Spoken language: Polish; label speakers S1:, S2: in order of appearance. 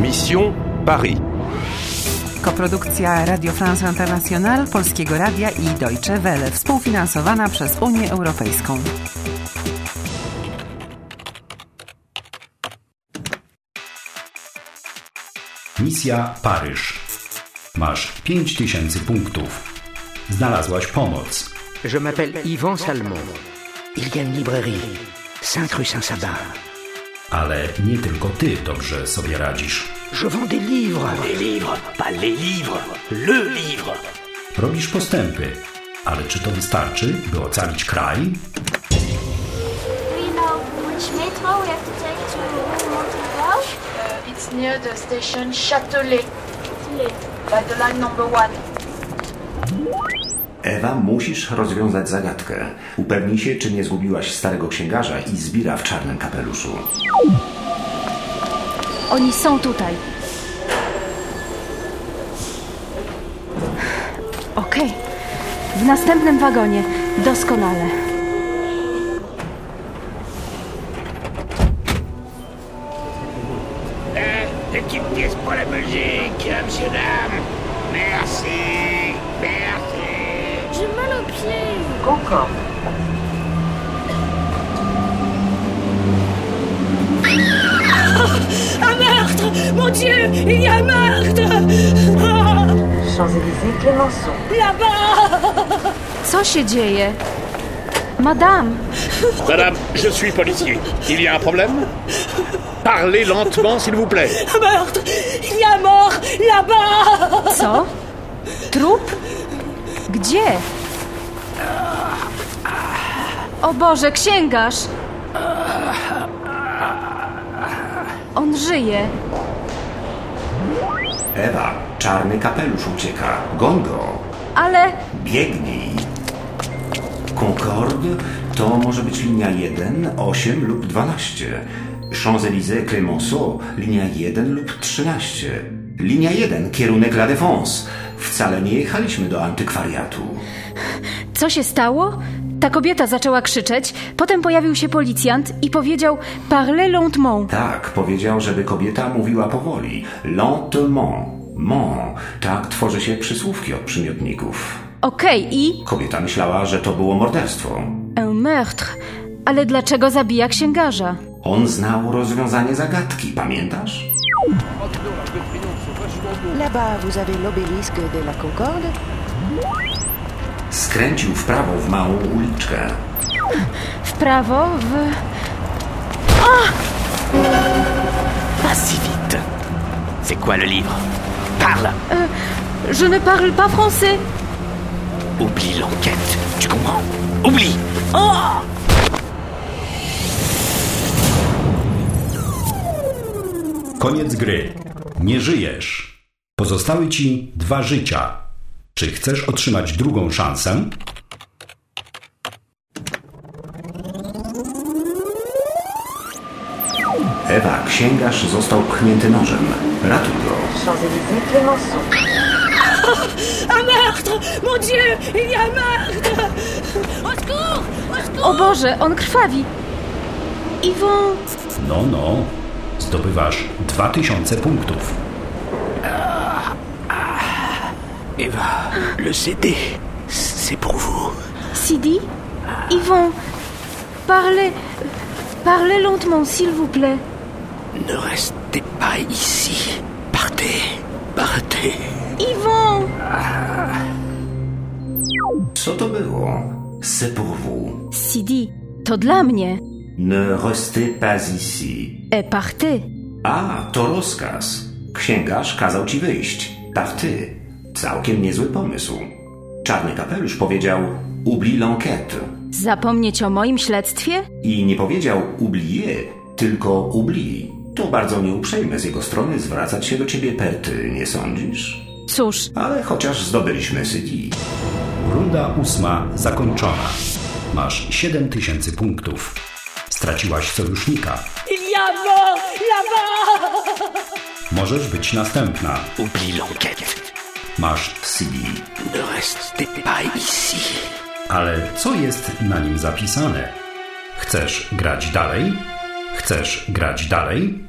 S1: Mission Paris.
S2: Koprodukcja Radio France International, Polskiego Radia i Deutsche Welle, współfinansowana przez Unię Europejską.
S3: Misja Paryż. Masz 5000 punktów. Znalazłaś pomoc.
S4: Je m'appelle Yvan Salmon. Il y a une librairie, 5 rue Saint-Sabin.
S3: Ale nie tylko ty dobrze sobie radzisz.
S4: Je vends des livres.
S5: Les livres, pas les livres, le livre.
S3: Robisz postępy. Ale czy to wystarczy, by ocalić kraj?
S6: We know which metro we have to take to Montreal.
S7: It's near the station Châtelet,
S6: Châtelet.
S7: by the line number one.
S8: Ewa, musisz rozwiązać zagadkę. Upewnij się, czy nie zgubiłaś starego księgarza i zbira w czarnym kapeluszu.
S9: Oni są tutaj. Okej. W następnym wagonie. Doskonale.
S5: L'équipe 10 pour la Belgique, monsieur, dame. Merci, merci.
S6: J'ai mal aux pieds.
S2: Concorde.
S10: Mon Dieu, il y a un meurtre Ah,
S2: Champs-Élysées, Clémenceau.
S10: Là-bas
S9: Co się dzieje? Madame,
S5: Madame, je suis policier. Il y a un problème Parlez lentement, s'il vous plaît.
S10: Un meurtre Il y a un mort Là-bas
S9: co? Trup? Gdzie? O Boże, księgarz! On żyje.
S8: Ewa, czarny kapelusz ucieka. Goń go.
S9: Ale
S8: Biegnij. Concorde to może być linia 1, 8 lub 12. Champs-Élysées, Clemenceau, linia 1 lub 13. Linia 1, kierunek La Défense. Wcale nie jechaliśmy do antykwariatu.
S9: co się stało? Ta kobieta zaczęła krzyczeć, potem pojawił się policjant i powiedział Parlez lentement.
S8: Tak, powiedział, żeby kobieta mówiła powoli. Lentement. Mon. Tak tworzy się przysłówki od przymiotników.
S9: Okej, i
S8: Kobieta myślała, że to było morderstwo.
S9: un meurtre. Ale dlaczego zabija księgarza?
S8: On znał rozwiązanie zagadki, pamiętasz?
S11: Là-bas, vous avez l'obélisque de la Concorde.
S8: Skręcił w prawo w małą uliczkę.
S9: W prawo, w...
S5: Pas si vite. C'est quoi le livre Parle
S9: Euh, Je ne parle pas français.
S5: Oublie l'enquête, tu comprends Oublie
S3: Koniec gry. Nie żyjesz. Pozostały ci dwa życia. Czy chcesz otrzymać drugą szansę?
S8: Ewa, księgarz został pchnięty nożem. Ratuj go.
S2: Champs-Élysées, Clémenceau.
S10: Un meurtre Mon Dieu, il y a un meurtre Au secours Au secours
S9: O Oh Boże, on krwawi. Iwon,
S3: No, no. Zdobywasz 2000 punktów.
S5: Eva, le CD, c'est pour vous.
S9: Sidi,
S10: Ah.
S9: Iwon, parlez... Parlez lentement, s'il vous plaît.
S5: Ne restez pas ici. Partez, partez.
S9: Iwon!
S8: Co to było? C'est pour vous.
S9: Sidi, to dla mnie.
S8: Ne restez pas ici.
S9: E party.
S8: A, to rozkaz. Księgarz kazał ci wyjść. Party. Całkiem niezły pomysł. Czarny kapelusz powiedział oublie l'enquête.
S9: Zapomnieć o moim śledztwie?
S8: I nie powiedział oublie, tylko oublie. To bardzo nieuprzejme z jego strony zwracać się do ciebie pety, nie sądzisz?
S9: Cóż,
S8: Ale chociaż zdobyliśmy CD.
S3: Runda ósma zakończona. Masz 7000 punktów. Straciłaś sojusznika.
S10: Il y a un mort Là-bas
S3: Możesz być następna.
S5: Oublie l'enquête.
S3: Masz CD.
S5: Ne restez pas ici.
S3: Ale co jest na nim zapisane? Chcesz grać dalej? Chcesz grać dalej?